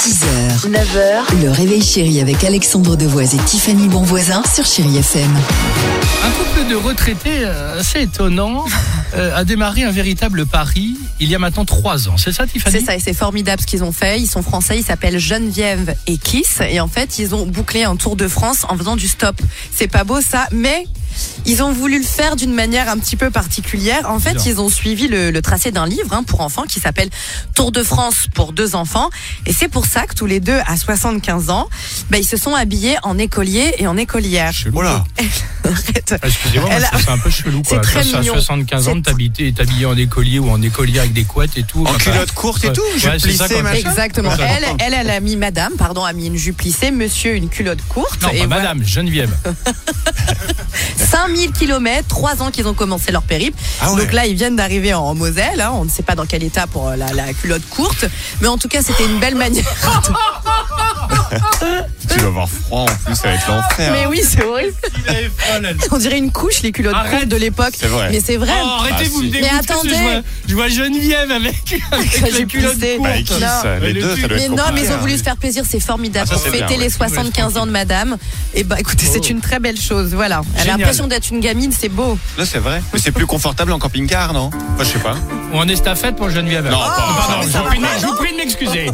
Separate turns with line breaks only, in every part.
6h, 9h, le réveil chéri avec Alexandre Devoise et Tiffany Bonvoisin sur Chéri FM.
Un couple de retraités euh, assez étonnant euh, a démarré un véritable pari il y a maintenant trois ans. C'est ça, Tiffany
C'est ça, et c'est formidable ce qu'ils ont fait. Ils sont français, ils s'appellent Geneviève et Kiss. Et en fait, ils ont bouclé un Tour de France en faisant du stop. C'est pas beau ça, mais ils ont voulu le faire d'une manière un petit peu particulière. En fait,
Bizarre.
ils ont suivi le, le tracé d'un livre hein, pour enfants qui s'appelle Tour de France pour deux enfants. Et c'est pour ça que tous les deux, à 75 ans, ben, ils se sont habillés en écoliers et en écolières.
Chelou.
Arrête.
Ah, Excusez-moi,
Elle
moi, je
a-
trouve ça un peu chelou.
C'est
Quoi.
très
Toi, à
mignon.
75 ans,
C'est-
t'habiller t'habiller en écolier ou en écolier avec des couettes et tout.
En
Enfin,
culotte courte et
ouais.
tout, jupe
Ouais, c'est ça,
plissée,
quoi.
machin.
Exactement.
Ouais,
Elle,
j'entends.
elle, elle a mis madame, pardon, a mis une jupe lissée, monsieur une culotte courte.
Non, pas
voilà.
madame, Geneviève.
5000 km, 3 ans qu'ils ont commencé leur périple.
Ah ouais.
Donc là, ils viennent d'arriver en Moselle. hein. On ne sait pas dans quel état pour euh, la, la culotte courte. Mais en tout cas, c'était une belle manière.
Tu vas avoir froid en plus, ça va être l'enfer.
Mais oui, c'est horrible.
Il avait faim, là.
On dirait une couche, les culottes
Arrête.
courtes de l'époque.
C'est vrai.
Mais c'est
Oh,
vrai.
arrêtez,
Ah,
vous
si.
me dégoûtez.
Mais
parce que
attendez.
Je vois, je vois Geneviève avec, avec
Ça,
la
j'ai
culotte
poussé.
courte.
Bah, ils kissent,
Non.
les
Mais
deux,
le
ça doit
Mais
être
non, mais ils
compliqué,
ont voulu
hein.
se faire plaisir, c'est formidable
Ah, ça,
pour
c'est bien,
fêter
ouais.
les 75 ans de madame. Et bah écoutez, c'est
Oh.
une très belle chose, voilà. Elle a
Génial.
l'impression d'être une gamine, c'est beau.
Là, c'est vrai. Mais c'est plus confortable en camping-car, non Moi, je sais pas.
Ou en estafette pour Geneviève. Ah,
Non, pas-
pardon,
mais
je
ça
vous
va
prie
pas,
de- je vous prie de m'excuser.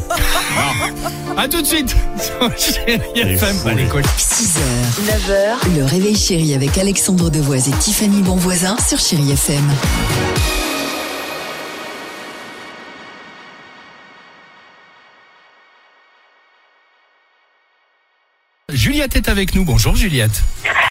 A tout de suite. sur Chérie
est
FM.
fou,
Allez,
lui.
coach.
6h, 9h, le réveil chéri avec Alexandre Devoise et Tiffany Bonvoisin sur Chéri FM.
Juliette est avec nous. Bonjour Juliette.